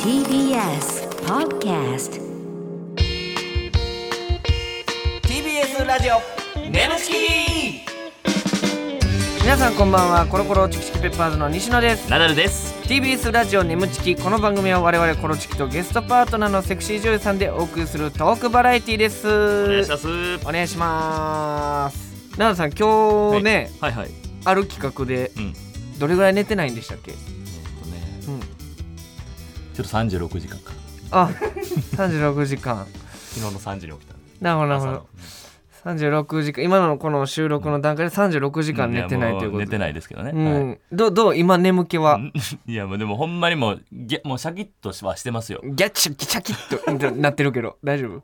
TBS Podcast TBS ラジオムチキ皆さんこんばんはコロコロチキチキペッパーズの西野ですナダルです。 TBS ラジオネムチキこの番組は我々コロチキとゲストパートナーのセクシー女優さんでお送りするトークバラエティですお願いします。お願いします奈々さん今日ね、はいはい。ある企画でうん。どれぐらい寝てないんでしたっけ、えっとうね、ん、ちょっと三十六時間か。 あ36時間昨日の三時に起きた。なるほどなる朝ほのど36時間今のこの収録の段階で36時間寝てないということでやも寝てないですけどね。うんどうどう今眠気は、はい いやもうでもほんまにもうぎゃもうシャキッとはしてますよ。ギャッチャキチャキッとなってるけど 大丈夫、う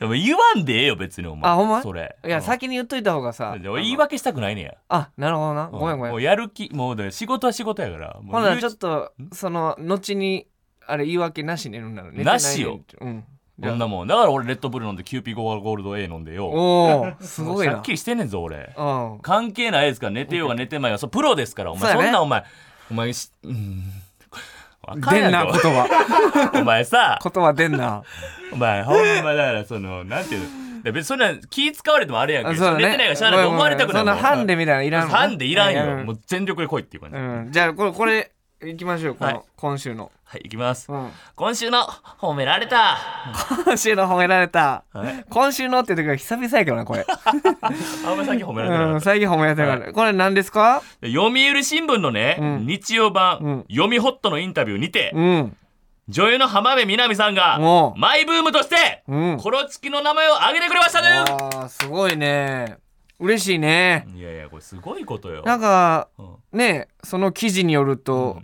でも言わんでええよ別にお前。あほんまそれ。ん、いやうん先に言っといた方がさで俺言い訳したくないねや。あなるほどなうごめんごもめうんやる気もうだから仕事は仕事やから。もうほな言うちょっとその後にあれ言い訳なしねるんならねなしようんじゃこあんなもん。だから俺レッドブル飲んでキューピーゴーゴールド A 飲んでよ。おおすごいもうしゃなっきりしてんねんぞ俺。うん関係ないですから寝てようが寝てまいがそうプロですからおそ前そ,、うやねんなお前お前しうんわかん出んなない言葉 お前さ言葉出んなお前ほんまだからそのなんていうので別にそんな気使われてもあれやんけあど、寝てないからしゃあないと思われたくなそいんなハンデもみたいなのいうらんのハンデいらんよ、うもう全力で来いっていう感じ、うんじゃあこれこれいきましょうこの、はい今週の、はい行きます、 うん、今週の褒められた、今週の褒められたはい、今週のって時は久々やけどなこ れあんま先褒められてなうかん、った最近褒められたから、これ何ですかで読売新聞のね、うん日曜版、うん読みホットのインタビューにて、うん女優の浜辺美波さんがおうマイブームとしてうんコロチキの名前を挙げてくれましたねあーすごいね嬉しいねいやいやこれすごいことよなんかうんねその記事によると、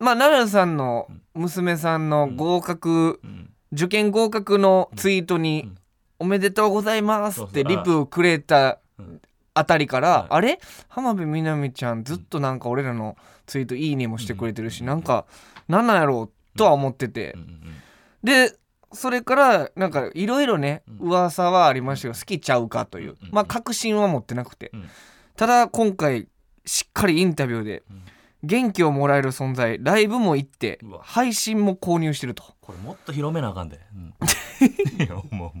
まあ奈良さんの娘さんの合格、うん受験合格のツイートに、うんおめでとうございます」ってそうそうリプをくれたうんあたりから、うんあれ浜辺美波ちゃんずっとなんか俺らのツイート「いいね」もしてくれてるし、なんかなんなんやろうとは思ってて、うんうんでそれからなんかいろいろねうん噂はありましたけど好きちゃうかといううんうんまあ確信は持ってなくてうんただ今回しっかりインタビューでうん元気をもらえる存在ライブも行ってうわ配信も購入してるとこれもっと広めなあかんで、 うん、いやもうも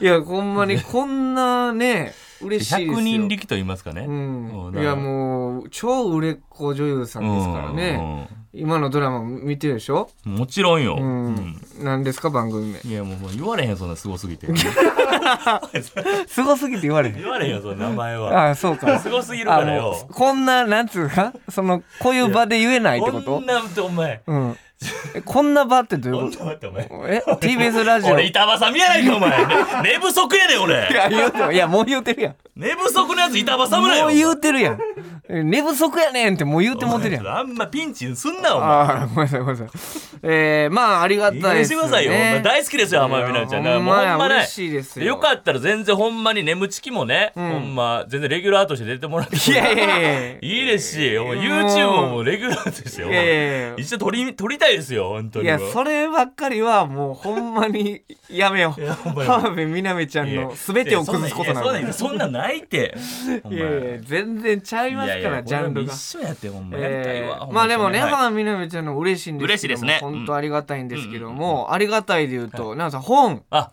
ういやほんま にこんなね嬉しいですよ100人力と言いますかね、ううんんいやもう超売れっ子女優さんですからね今のドラマ見てるでしょうんもちろんよ、ううんん何ですか番組名いやもうもう言われへんそんなすごす ぎてすごすぎて言われへん言われへんよその名前はああそう かすごすぎるかあらのよこんななんつうかそのこういう場で言えないってこことんなお前うんえこんな場ってどうこんいうこな待ってお前とえ TBS ラジオ俺い板場さん見やないかお前ね寝不足やねん俺や言うてるいやもう言うてるやん寝不足のやつ板挟むなよもう言うてるやんえ寝不足やねんってもう言うてもうてるやんあんまピンチすんなお前ああごめんなさいごめんなさいえー、まあありがいいた加い減ですにしてよくださいよ、ねお前大好きですよ浜辺美奈ちゃんいやなほんもうまほやんまね嬉しいですよよかったら全然ほんまに眠ちきもね、ほんま全然レギュラーとして出てもらっていやいやいやいいいですし、お前 YouTube もレギュラーとしておやい前やいや一緒撮り撮りたいですよ本当いにやそればっかりはもうほんまにやめよういやほんまに浜辺美波ちゃんの全てを崩すことなんいやだいやそんなんそんなんないって おい前やいや全然ちゃいますからジャンルこれもが一。緒やってほんまやりたいえわ、ーまあでもね、はい浜みなみちゃんの嬉しいんですけども嬉しいですね本当ありがたいんですけども、ありがたいで言うと、奈良さん本、あ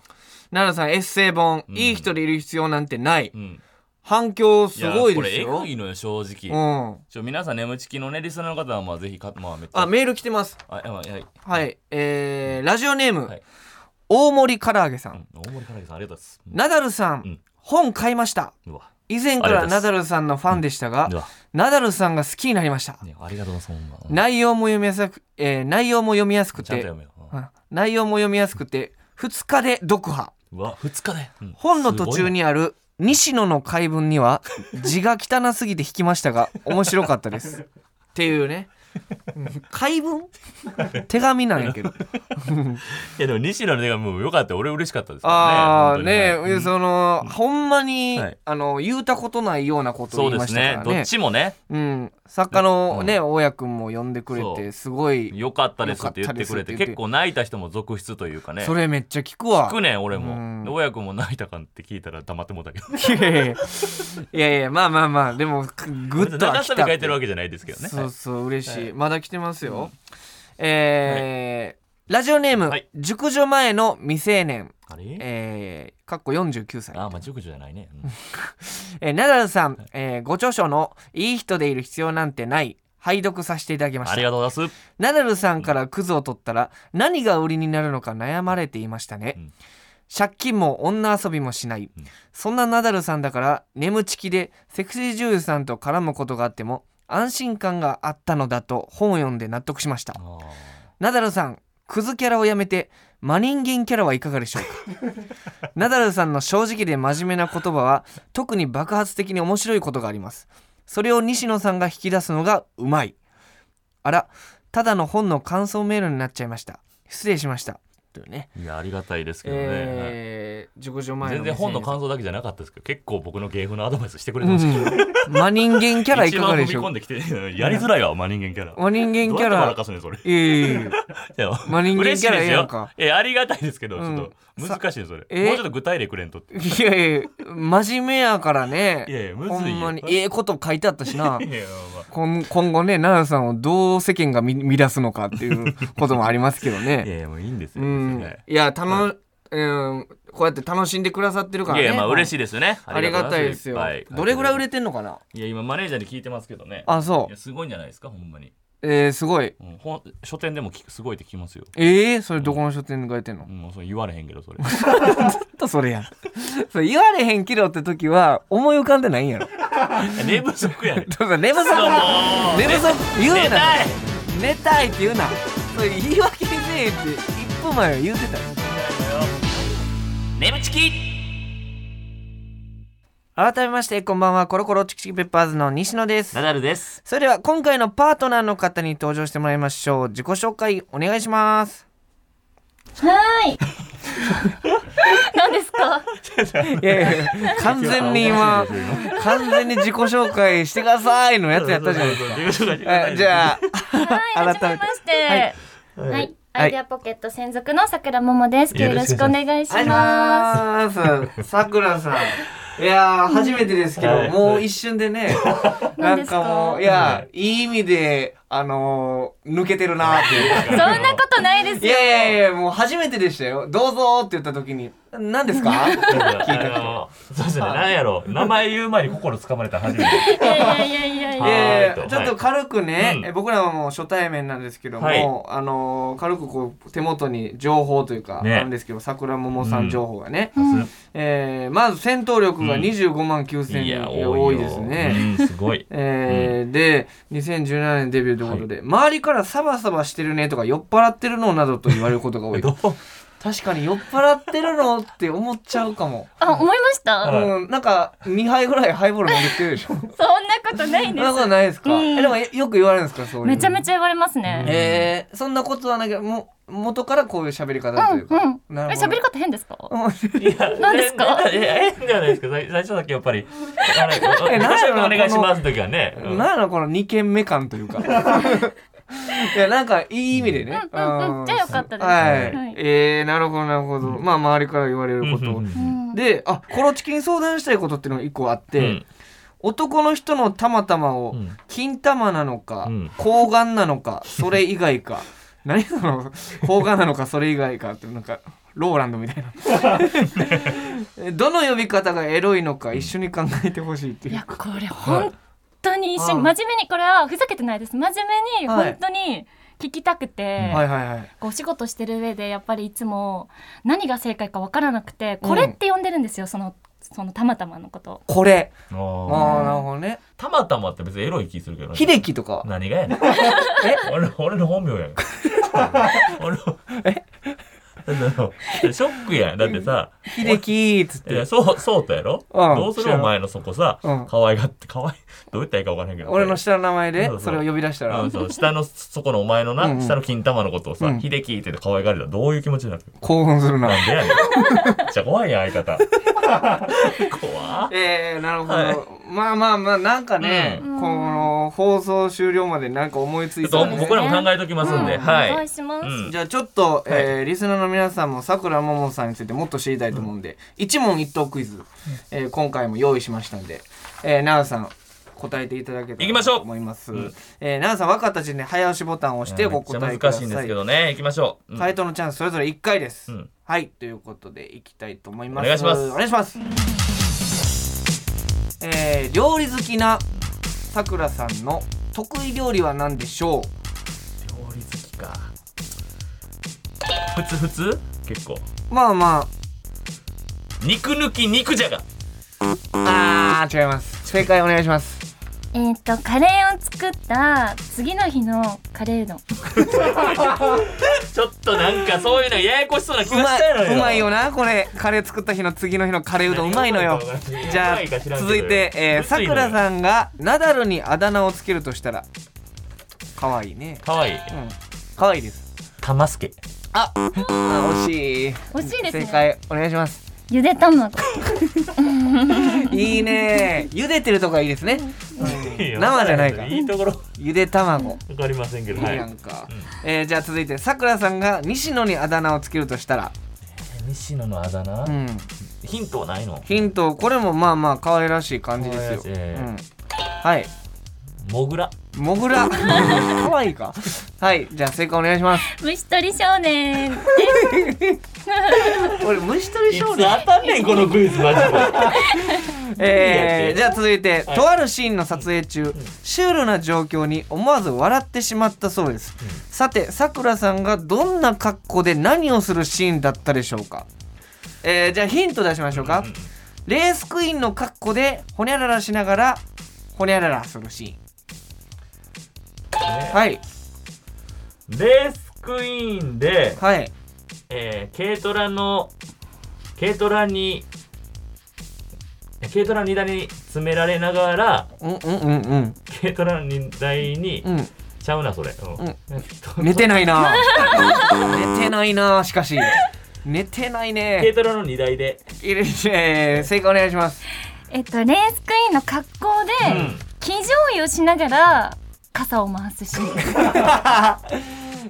奈良さんエッセイ本、んいい人でいる必要なんてない、うん反響すいやごいですこれエよグ。いのよ正直、うん。ちょ皆さん眠ちきのねリスナーの方はまあぜひかまあめっちゃあ、メール来てます。あやばいやばいはい、えー、ラジオネーム、はい大森唐揚げさん、うん大森かなぎさんありがとうございますナダルさん、うん本買いました。うんうわ以前からありナがダとルさんのファンでしたが、うわナダルさんが好きになりました。ねありがとうございますほんま内容も読みやすく、えー内容も読みやすくちゃんとて読、めよううんん内容も読みやすくて、2日で読破。うわ二日でうん本の途中にある西野の解文には字が汚すぎて引きましたが面白かったですっていうねうん解文手紙なんやけどいやでも西野の手がもう良かった俺嬉しかったですああからねね本当にはいその、ほんまに、はいあの言うたことないようなことそをう言いでましすたかねらどねっちもねうん、作家のね、う大家君も呼んでくれそてうすごい良かったですって言良かってくれったですって言てって結構泣いた人も続出というかねそれめっちゃ聞くわ聞くねん俺うんもで親子も泣いたかんって聞いたら黙ってもうたけどいやいやいやいやいやまあまあまあでもグッとは長来さた で書いてるわけじゃないですけどねそうそう嬉しいりまだ来てますよ、えーラジオネーム、はい熟女前の未成年あれえー、かっこ49歳あ、まあ、熟女じゃないね。うんえーナダルさん、えーご著書の「いい人でいる必要なんてない」拝読させていただきまあしりたがとうございます。ナダルさんからクズを取ったら何が売りになるのか悩まれていましたね、うん借金も女遊びもしない、うんそんなナダルさんだから眠ちきでセクシー女優さんと絡むことがあっても安心感があったのだと本を読んで納得しましたあーナダルさん、クズキャラをやめて、真人間キャラはいかがでしょうか ナダルさんの正直で真面目な言葉は、特に爆発的に面白いことがあります。それを西野さんが引き出すのがうまい。あら、ただの本の感想メールになっちゃいました。失礼しました。というね。いや、ありがたいですけどね。はいえー、熟女前の全然本の感想だけじゃなかったですけど、結構僕の芸風のアドバイスしてくれてました。 うん真人間キャラい一か番がで踏みしょう込んかできて、やりづらいわ、真人間キャラ。どう真人間キャやって笑ラか。すね、それ。いやいやいやいや真人間嬉キしいャラですええやよんか。。え、ありがたいですけど、ちうんょっと難しいですそれ。えもうちょっと具体例くれんとって。いやいや、真面目やからね。いやいや、むずいよ。ほんまに いええこと書いてあったしな やいやまあ今今後ね奈良さんをどう世間が見見出すのかっていうこともありますけど いねやいや、もういいんですよ。う別にんねいやたの、うん、こうやって楽しんでくださってるからいねやいや、まあ嬉しいいですよね。ありがたいですよありがとうござますどれぐらい売れててんのかないや、今マネージャーに聞いてますけどね。あそいうや、すごいんじゃないですか、ほんまに。えー、すごいうんほん書店でも聞くすごいって聞きますよ。えー、それどこの書店で書いてんの、うん、もうそれ言われへんけど、それ。 ちょっとそれやんそれ言われへんけどって時は思い浮かんでないんやろ寝不足 やねん。だから寝不足寝不足言う寝なたい寝たいって言うなそれ言い訳ねえって1分前は言うてたよ眠ちき改めましてこんばんはコロコロチキチキペッパーズの西野ですナダルです。それでは今回のパートナーの方に登場してもらいましょう自己紹介お願いします はーい。何ですか。いやいや完全に今完全に自己紹介してくださいのやつやったじゃないですかすえじゃあはい、改め改てめまして。はい、アイデアポケット専属のさくらももです。よよろろししくくおお願いしありまがとうございますさくらさんいやー初めてですけど、はいもう一瞬でねな 何でんすかかもういやいい意味であのー抜けてるなーっていうす。そんなことないですいよ。やいやいや、もう初めてでしたよ。どうぞって言った時に、何 ですか聞いたそうですね、なんやろう。名前言う前に心掴まれた初めて。いやいやいやいいや。やいはーやいちょっと軽くね、うんえ僕らはもう初対面なんですけども、はいあのー軽くこう手元に情報というか、ねなんですけど桜桃さん情報がね、うんえーまず戦闘力がうん25万9000い人、や、多多いいよですね。うん、すごい。えーで2017年デビューということで、周りからサバサバしてるねとか酔っ払ってるのなどと言われることが多いどう確かに酔っ払ってるのって思っちゃうかもあ、思いました。 はいうん、なんか2杯ぐらいハイボール飲んできてる でしょ。そんそんなことないでなことないですか。えでもよく言われるんですかそういう。す。めちゃめちちゃ言われますね。えー、そんなことはないけど、も元からこういう喋り方うとん。いううんか。え、なるほど喋り方変ですか。うんいや何ですかええええんじゃないですか。最最初だけやっぱり。あれおえよなろんしやくろなお願いしますの時はね。うんなんやろこの2軒目感という か。いやなんかいい意味でね。うんうんうんーじゃあよかったですはい。はいえー、なるほどなるほど。まあ周りから言われるこうとん。うんで、あコロチキに相談したいことっていうのが1個あって、うん男の人のたまたまをうん金玉なのか、うん睾丸なのかそれ以外か 何その睾丸なのかそれ以外かってなんかローランドみ たいなどの呼び方がエロいのか一緒に考えてほしいっていいうや、これ本当に一緒にはい真面目にこれはふざけてないです。真面目にはい本当に聞きたくて。はいはいはいこうお仕事してる上でやっぱりいつも何が正解か分からなくてこれって呼んでるんですよ、そのそのたまたまのことこれああーあーなるほどねたまたまって別にエロい気するけどね。秀樹とか何がやねん。え俺俺の本名やん。俺の。なんだろうショックやん。だってさ、秀樹っつっいやてそう、 そうとやろうんどうす知らるんお前のそこさうん、可愛がって、可愛い、 どう言ったらいいか分からへんけど。俺の下の名前でそうそうそれを呼び出したうらんそう下の、そこのお前のうんうな、ん下の金玉のことをうさん、秀樹って可愛がるとどういう気持ちになる 興奮するななんでやねん。じゃあ怖いやん、相方。 怖っえー、なるほど、はまあまあまあなんかね、うんこの放送終了までなんか思いつちょいったとんでそうね僕らも考えときますんで、うんはい。お願いします、うんじゃあちょっと、えーリスナーの皆さんもさくらももさんについてもっと知りたいと思うんで、一問一答クイズ、えー今回も用意しましたんで、えー、なおさん答えていただけ行たきらましょとう思いますうんえー奈良さん分かった時点で早押しボタンを押してめおっちゃ答えくだ難さしいいんですけどね。行きましょう。うん回答のチャンスそれぞれ1回です、うんはいということでいきたいと思いますお願いしますお願いしますえー料理好きなさくらさんの得意料理は何でしょう料理好きか。ふつふつ結構。まあま肉抜き肉じゃが。ああー違います正解お願いしますえーっとカレーを作った次の日のカレーうどん ちょっとなんかそういうのややこしそうな気うがしまたのよ。いうまいよなこれカレー作った日の次の日のカレーうどんうまいのよ何じゃあうまいか知らんけど続いてえーむずさいくのよらさんがナダルにあだ名をつけるとしたらかわいいねかわいい。うんかわいいです玉助。ああ惜しい惜しいですね正解お願いしますゆで卵 いいね茹でてるとかいいですね、うん生じゃないからいいところゆで卵わかりませんけど。いいはいやんか、えーじゃあ続いてさくらさんが西野にあだ名をつけるとしたら、西野のあだ名うん、ヒントはないのヒントこれもまあまあ可愛らしい感じです可よ、愛らしいうん、はいモグラ。モグラ 可愛いかはいじゃあ正解お願いします虫取り少年俺虫取り少いつ年当たんねんこのクイズマジでえー、じゃゃあ続いて、とあるシーンの撮影中、シュールな状況に思わず笑ってしまったそうです、さてさくらさんがどんな格好で何をするシーンだったでしょうかえー、じゃあヒント出しましょうか、レースクイーンの格好でほにゃららしながらほにゃららするシーンはいレースクイーンで、はいえー、軽トラの軽トラにえ軽トラの荷台に詰められながらうんうんうんうん軽トラの荷台に、 うんちゃうなそれ、うんうんえっと 寝てないな寝てないなしかし寝てない軽ねトラの荷台で、いるえー正解お願いしますえっとレースクイーンの格好で騎乗位をしながら傘を回すシーン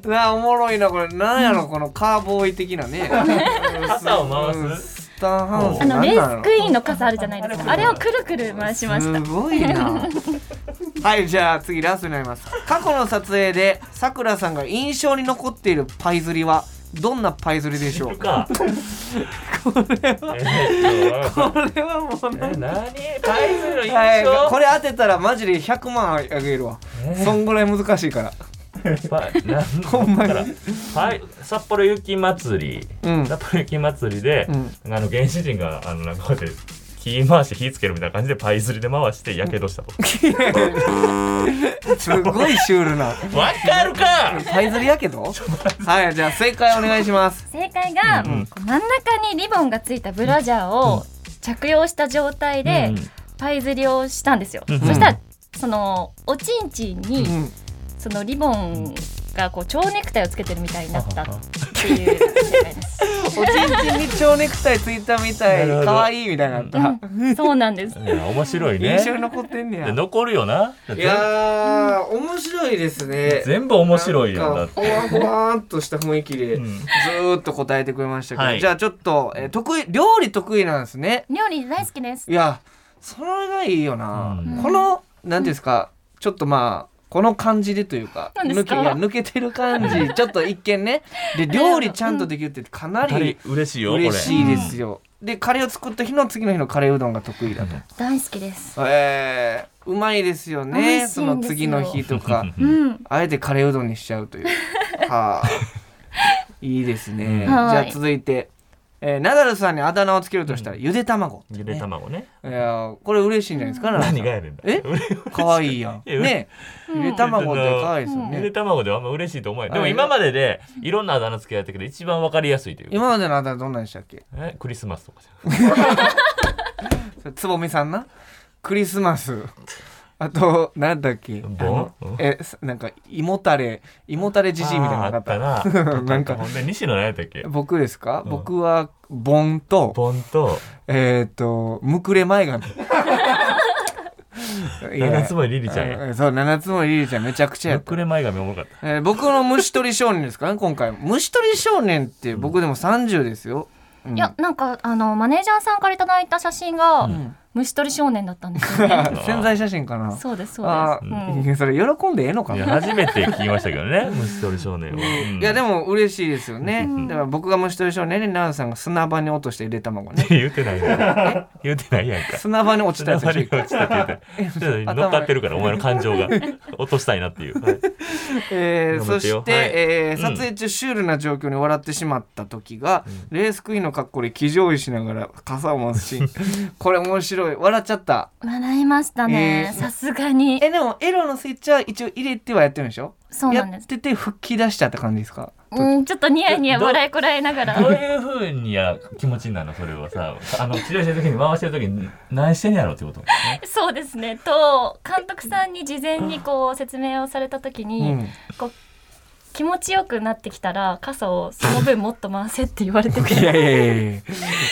うわおもろ いなこれなんやろこのカーボーイ的なね傘を回すうんスターハウスあのなんレなんやーろスクイーンの傘あるじゃないですかあれをくるくる回しましたすごいなはいじゃあ次ラストになります過去の撮影でさくらさんが印象に残っているパイ釣りはどんなパイ釣りでしょいるうかこれは、これはもうえなー、何パイズの印象、はい、これ当てたらマジで100万あげるわ、えそんぐらい難しいから パイなんほんまにだからパイ札幌雪まつり、うん札幌雪まつりで、あの原始人があのなんかこうやって火回して火つけるみたいな感じでパイ釣りで回してやけどし たと、すごいシュールなわかるかパイ釣りやけどはいじゃあ正解お願いします正解が、うんこう真ん中にリボンがついたブラジャーを着用した状態でうんパイ釣りをしたんですよ、うんそしたらそのおちんちんに、うんそのリボンがこう蝶ネクタイをつけてるみたいになったっていう正解ですおちんちんに蝶ネクタイついたみたいなるほど可愛いみたいになった、 そうなんですいや面白いね印象に残ってんねやで残るよないやー面白いですね全部面白いよだなっんてかほわほわーんとした雰囲気でうずんーっと答えてくれましたけど、はいじゃあちょっと、えー得意料理得意なんですね料理大好きですいやそれがいいよな、うんこの何ですか、ちょっとまあこの感じでというか何です抜けかいや抜けてる感 じちょっと一見ねで料理ちゃんとできるってかなカレりー嬉しいよこれ嬉しいですよでカレーを作った日の次の日のカレーうどんが得意だと、大好きですえーうまいですよ美ね味しそいのんですよ次の日と かうんあえてカレーうどんにしちゃうというはあいいですね、うんじゃはあい続いて、えーナダルさんにあだ名をつけるとしたらゆで卵、 ゆで卵ねいやーこれ嬉しいんじゃないですか、ナダルさん何がやねんだえ可愛いやん。いやね、ゆで卵って 可愛いですよゆでね。卵ではあんま嬉しいと思えないでもはい今まででいろんなあだ名つけられたけど一番わかりやすいというか今までのあだ名どんなんでしたっけ？えクリスマスとかじゃそんれつぼみさんな。クリスマス。あとなんだっけ？あのぼんえすなんか胃もたれ胃もたれじじいみたいなのあなーかっあった ななんかほんで西野何やったっけた。僕ですか？うん僕はボンとボンとえっ、とむくれ前髪。いや 七つ森リリちゃんやうそう七つ森リリちゃんめちゃくちゃやむっくた。れ前髪おもろかったえー僕の虫取り少年ですか ね今回虫取り少年って僕でも30ですよ。うんいやなんかあのマネージャーさんからいただいた写真が、うん虫取り少年だったんですよね 潜在写真かなそうですそう あです、うーんいやそれ喜んでええのかいやな初めて聞きましたけどね虫取り少年は、ういんやでも嬉しいですよね、うんだから僕が虫取り少年にナウさんが砂場に落としてゆで卵 ね言うてないや ん言うてないやんか砂場に落ちたやつつでしょに落ちたって 言ってちょっと乗っかってるからお前の感情が落としたいなっていう、はいえー頑張そってよして、はいえーうん撮影中シュールな状況に笑ってしまった時が、レースクイーンの格好で騎乗位しながら傘を回すシーンこれ面白い笑っちゃった笑いましたねえーさすがにえでもエロのスイッチは一応入れてはやってるんでしょそうなんやでっすてて吹き出しちゃった感じですかうんちょっとニヤニヤ笑いこらえながどうらいうふうにや気持ちになるのそれはさあの治療してる時に回してる時に何してんやろってこと、そうですねと監督さんに事前にこう説明をされた時に、うんこう気持ちよくなってきたら傘をその分もっと回せって言われていてやいやいやい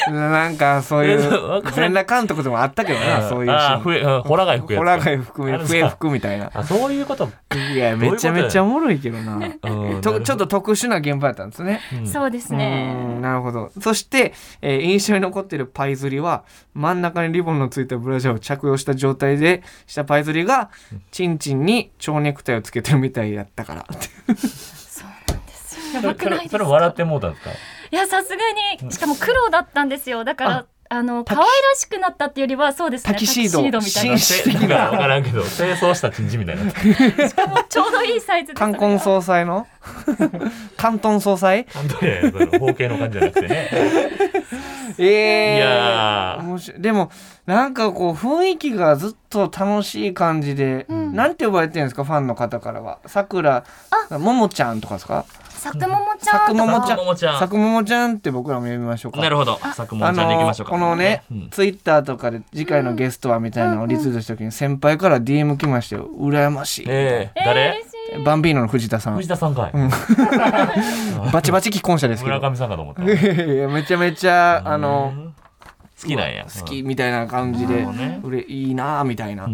やなんかそういえそう わうからん全裸監督でもあったけどなそういうシああーン笛うんホラガイ吹くやつホラ貝含めある笛吹くみ たいなあそういうこと、いやめちゃめちゃおもろいけどな うんとちょっと、特殊な現場やったんですねうんそうですうーんねなるほどそして、えー印象に残っているパイ釣りは真ん中にリボンのついたブラジャーを着用した状態でしたパイ釣りがチンチンに蝶ネクタイをつけてるみたいやった からそれそれやばくないですそれか笑ってもうたんですかいやさすがにしかも黒だったんですよだからあの可愛らしくなったっていうよりはそうですねタキシードみたい紳な士てなんか分からんけど清掃したチンジみたいなしかもちょうどいいサイズで冠婚それ葬が祭の 冠婚葬 祭あんたねその包茎の感じじゃなくてねええいやー面白いでもなんかこう雰囲気がずっと楽しい感じで、うんなんて呼ばれてるんですかファンの方からはさくらももちゃんとかですかさくももちゃんとももちゃんかももちゃさんくももちゃんって僕らも呼びましょうかなるほどさくももちゃんでいきましょうかあのーこのね、うんツイッターとかで次回のゲストはみたいなのをリツイートした時に先輩から DM 来ましたよ羨ましい、えええー誰嬉しいバンビーノの藤田さん藤田さんかい、バチバチ既婚者ですけ村ど上さんかと思ったいやめちゃめちゃあの好きなんや好きみたいな感じでなるほどねうれいいなぁみたいな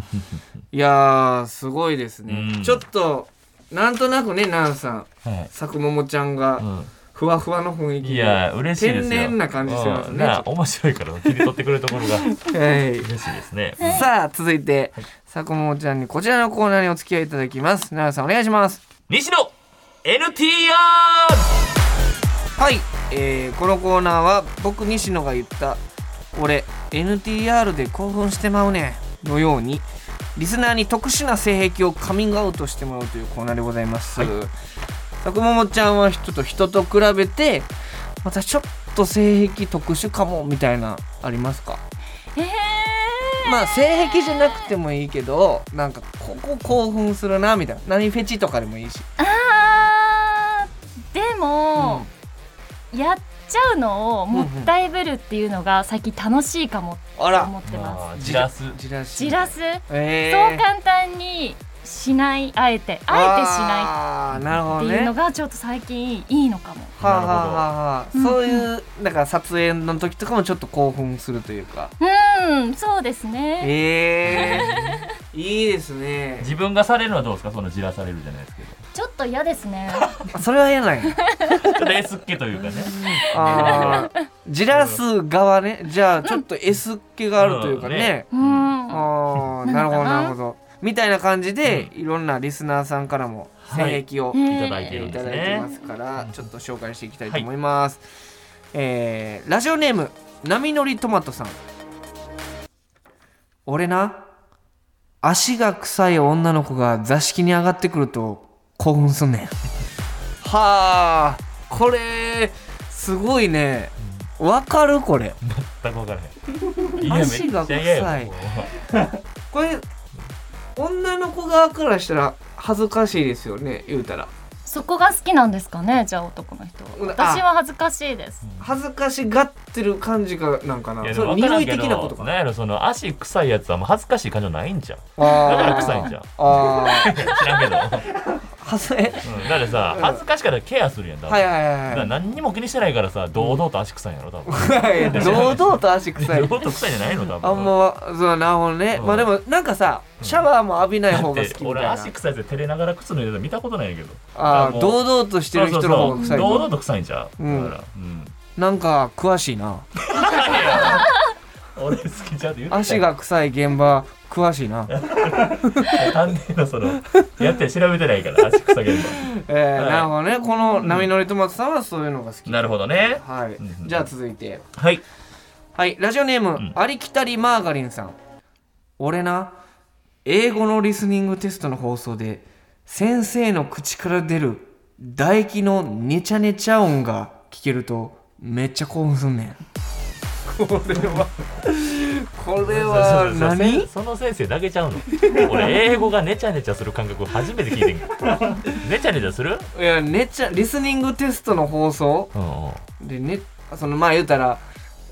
いやーすごいですね、うんちょっとなんとなくねナンさんはい佐久ももちゃんうがんふわふわの雰囲気でいや嬉しいですよ天然な感じしてますねうんなあ面白いから切り取ってくれるところがはい嬉しいですねさあ続いて佐久ももちゃんにこちらのコーナーにお付き合いいただきますナンさんお願いします西野 NTR はい、えーこのコーナーは僕西野が言った「俺 NTR で興奮してまうねん」のようにリスナーに特殊な性癖をカミングアウトしてもらうというコーナーでございます。佐久ももちゃんは人と人と比べてまたちょっと性癖特殊かもみたいなありますかえーまあ性癖じゃなくてもいいけどなんかここ興奮するなみたいな何フェチとかでもいいし。あーでも、やっちゃうのをもったいぶるっていうのが最近楽しいかもってあら思ってます。あーじらすじらしじらす、えそーう簡単にしないあえてああえてしない。なるほえてどしないっていうねの。がちょっと最近いいのかも。はあ、はあはあはあ、なるほそどういうだから撮影の時とかもちょっと興奮するというかうんそうですね。ええー、いいですね自分がされるのはどうですかそのじらされるじゃないです けどちょっと嫌ですね。それは嫌なんやちょっとレースっ気というかねあーじらす側ねじゃあちょっと S っ気があるというかね、うん。ああーなるほどなのかななるほどみたいな感じで、いろんなリスナーさんからも性癖を、いいただいてるんいでたすだいてねますから、ちょっと紹介していきたいと思います、えーラジオネーム波乗りトマトさん俺な足が臭い女の子が座敷に上がってくると興奮すんねんはあこれすごいねわかるこれ全く分からへんいやめっちゃ足が臭い嫌やもんこれ女の子側からしたら恥ずかしいですよね言うたらそこが好きなんですかねじゃあ男の人は。うんあ私は恥ずかしいです。恥ずかしがってる感じがなんかないやでそもれ分か匂らんいけ的どなことかなんやろその足臭いやつはもう恥ずかしい感情ないんじゃんあだーから臭いんじゃんああ、 知らんけど、うはずえ、ん、だってさ恥ずかしからケアするやんだはいはいだはから何にも気にしてないからさ堂々と足臭いんやろ多分いはい。堂々と足臭い堂。々と臭いんじゃないの多分あんま、そう、なるほどね。うんまあでも、なんかさ、シャワーも浴びないだ方っが好てきみたい俺な。足臭いやつで照れながら靴脱いでたの見たことないけどあもあ、う堂々としてる人の方が臭いそうそうそう堂の。々と臭いんじゃううんだからうんなんか、詳しいな。 俺好きちゃうって言ってたよ足が臭い現場詳しいな、探偵のそのやって調べてないから足臭げる えーなるほどねこの波乗りトマトさんはそういうのが好きのなるほどねはいうんじゃあ続いてはいはいラジオネーム、んありきたりマーガリンさん俺な英語のリスニングテストの放送で先生の口から出る唾液のネチャネチャ音が聞けるとめっちゃ興奮すんねんこれはこれは何その先生だけちゃうの俺英語がネチャネチャする感覚初めて聞い てんけどネチャネチャするいやネチャリスニングテストの放送うんうんでねそのまあ言うたら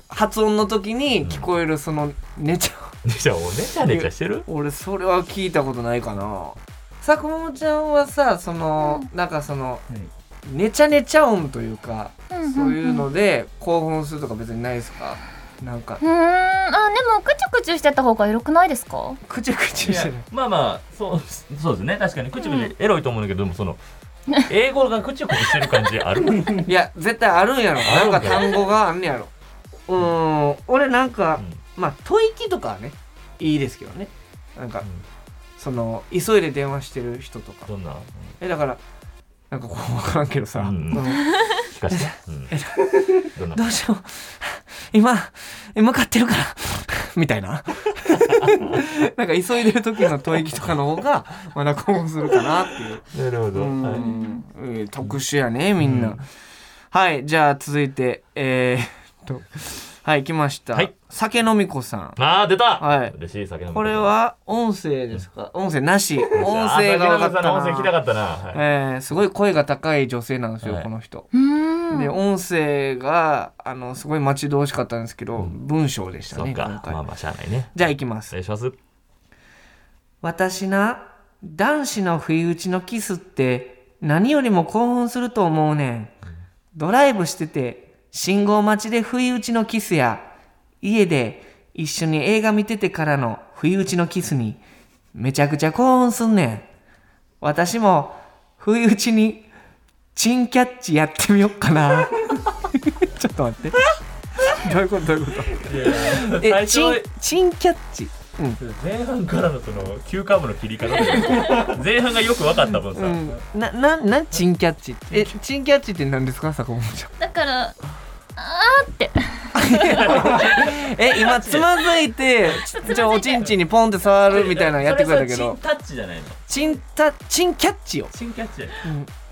発音の時に聞こえるそのネチャ、じゃあおネチャネチャしてる俺それは聞いたことないかな佐久間ちゃんはさその、なんかそのネチャネチャ音というか、うんうんうんそういうので興奮するとか別にないですかなんかうーんあでもクチュクチュしてた方がエロくないですかくちゅくちゅいしやてるまあまあそうそうですね確かに口々エロいと思うんだけどでもその英語が口々してる感じあるうんいや絶対あるんやろあなるんんかか単語があんねやろうーん俺なんか、まあ吐息とかはねいいですけどねなんか、その急いで電話してる人とかどんなうんえだからなんかこう分からんけどさ、うんその聞かせてうんどんなどうしよう今向かってるからみたいななんか急いでる時の吐息とかの方がまだ興奮するかなっていうなるほうどんはいえー特殊やねみんな、うんはいじゃあ続いてえー、っとはい来ました、はい酒飲み子さんあー出た、はい嬉しい酒飲みこれは音声ですか音声な し音声が分かったな音声聞きたかったな、はいえーすごい声が高い女性なんですよ、はいこの人うーんで音声があのすごい待ち遠しかったんですけど、うん文章でしたそねっ今か回、まあまあしゃあないねじゃあ行きまおす願いします私な男子の不意打ちのキスって何よりも興奮すると思うねんドライブしてて信号待ちで不意打ちのキスや家で一緒に映画見ててからの不意打ちのキスにめちゃくちゃ興奮すんねん私も不意打ちにチンキャッチやってみよっかな ちょっと待ってどういうことどういうことえチンチンキャッチうん前半からのその急カーブの切り方 前半がよく分かった分さ、うん、な、な、な、チンキャッチって。え、チンキャッチって何ですか、坂本ちゃん。だからあーってえ、今つまずい て、ちじゃ、おちんちんにポンって触るみたいなのやってくれたけそれそれチンど。タッチじゃないのチンタ、チンキャッチよ。チンキャッチ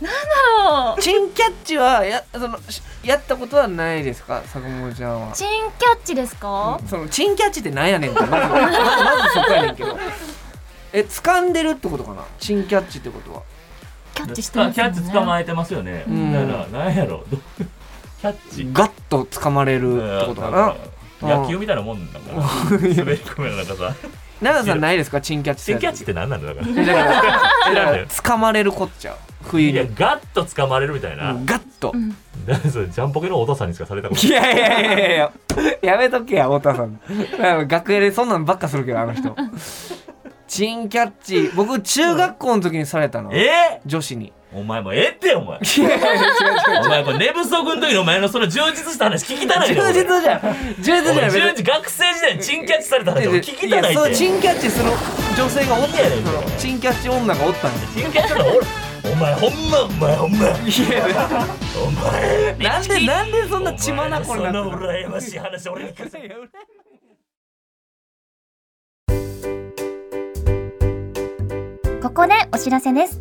そうチンキャッチは、や、その、しやったことはないですか、坂本ちゃんは。チンキャッチですか、その、チンキャッチってなんやねんって、まず、 ままずそこやねんけど。え、掴んでるってことかな、チンキャッチってことは。キャッチしてあますキよャねッチ捕まえてますよね、んだからなんやろどうキャッチガッと掴まれるってことかな。なんか野球みたいなもんだから滑り込めの中さ奈良さんないですか、チンキャッチチンキャッチっって何なんだよだかてやつ。えだから、えだらから掴まれるこっちゃう。不ら意いやに。ガッと掴まれるみたいな、ガッと。だからそれジャンポケのお父さんにしかされたことないいやいやいやいややめとけや太田さんなんか楽屋でそんなんばっかするけどあの人チンキャッチ僕中学校の時にされたのえ女子にー、お前もうええってお前いやいや違う違うお前これ寝不足の時のお前のその充実した話聞きたないよ充実じゃん充実じゃん俺充実学生時代にチンキャッチされた話俺聞きたないやそうってチンキャッチする女性がおったいやいやいやそのチンキャッチ女がおったんでチンキャッチされた俺お前ほんまお前ほんますいやいやお前なんでなんでそんな血眼にお前なのってそるの羨ましい話俺に聞かせここでお知らせです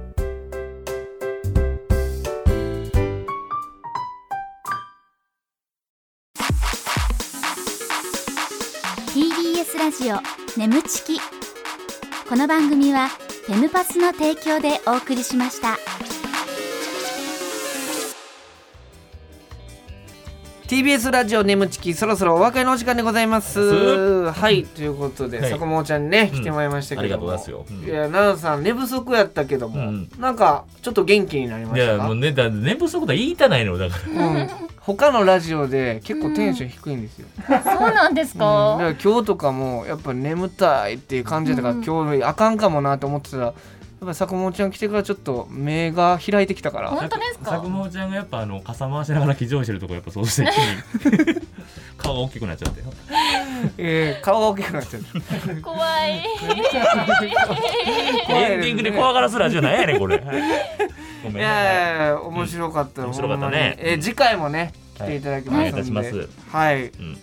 TBS ラジオ眠ちきそろそろお別れのお時間でございますはいということで、はい坂本ちゃんねうん来てもらいましたあけりがどとうも、ございますよ。うんいや奈良さん寝不足やったけども、うんなんかちょっと元気になりまいしたやかもうねだ寝不足だ言いたないのだからうん、他のラジオで結構テンション低いんですよ、そうなんですうんだか。から今日とかもやっぱ眠たいっていう感じだから、うん今日あかんかもなと思ってたらやっぱ坂本ちゃん来てからちょっと目が開いてきたから本当 ですか佐久間ちゃんがやっぱあの傘回しながら騎乗してるとこやっぱそうして顔が大きくなっちゃってえー、顔が大きくなっちゃった怖い。怖いエすンねディングで怖がらすラジオなんやねんこ れごめんいなさいやいやいや面白かった、うん面白かったほんまねにえーうん次回もね来ていただきますので、はいお願いいたしますはい、うん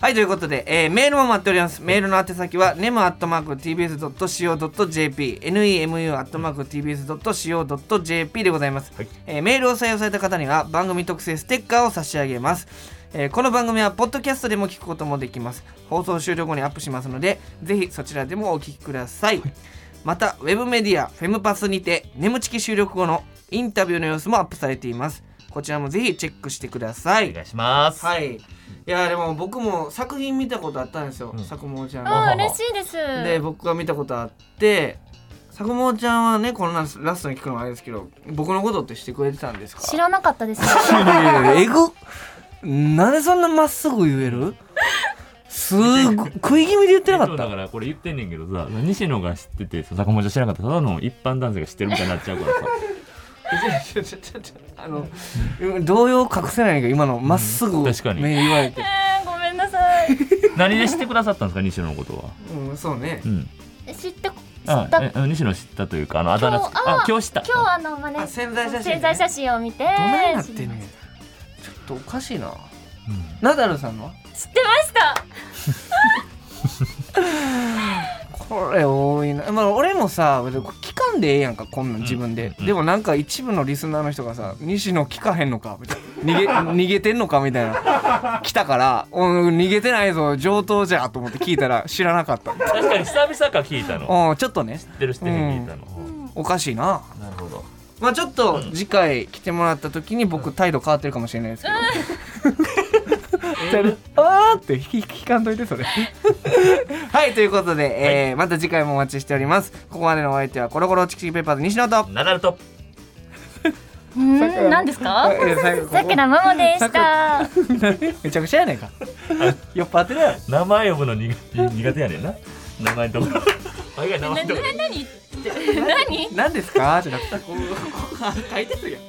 はいということで、えーメールも待っておりますメールの宛先は nemu.tbs.co.jp nemu.tbs.co.jp でございます、はいえーメールを採用された方には番組特製ステッカーを差し上げますえーこの番組はポッドキャストでも聞くこともできます放送終了後にアップしますのでぜひそちらでもお聞きください、またウェブメディアフェムパスにて眠ちき収録後のインタビューの様子もアップされていますこちらもぜひチェックしてくださいお願いしますはい。いやでも僕も作品見たことあったんですよ。うん佐久間ちゃんあの。ー、嬉しいです。で僕が見たことあって、佐久間ちゃんはねこのラスラストに聞くのはあれですけど、僕のことってしてくれてたんですか。知らなかったです。いやいやいやえぐ。なんでそんなまっすぐ言える？すご食い気味で言ってなかそっうだかた。らこれ言ってんねんけどさ西野が知ってて坂本ちゃん知らなかったただの一般男性が知ってるみたいになっちゃうからさちょちょちょちょあの動揺を隠せないが今のまっすぐうん目確かに言われて、えーごめんなさい。何で知ってくださったんですか西野のことはうんそうねう。ん知って知っあた。今えあ西野知ったというかあのあだ名つ今日ああ今日知った日あのまねあ宣材写真ね宣材写真を見て。どないなってんねん。ちょっとおかしいな。うんナダルさんは？知ってました。これ多いな、まあ、俺もさ別にこれ聞かんでええやんかこんなん自分で、うんでもなんか一部のリスナーの人がさ「西野聞かへんのか」みたいな 逃げ逃げてんのかみたいな来たから「うん逃げてないぞ上等じゃ」と思って聞いたら知らなかった確かに久々か聞いたのうんちょっとね知ってる知ってる聞いたのおかしいななるほどまあちょっと次回来てもらった時に僕態度変わってるかもしれないですけど 態度あーって引きかんといてそれ はいということで、えーまた次回もお待ちしておりますここまでのお相手はコロコロチキチキペッパーズ西野とナダルとうーん、何ですかえー最後ここさくらももでした。めちゃくちゃやね んか酔っ払ってるやろ名前呼ぶの苦苦手やねんな名前とかあいや名な、前となか、なにって、なに 何ですかじゃなくてこうここ書いてるやん